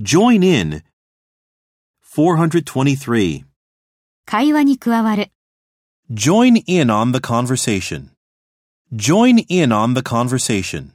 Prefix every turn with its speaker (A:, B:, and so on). A: Join in. 423.
B: 会話に加わる。
A: Join in on the conversation. Join in on the conversation.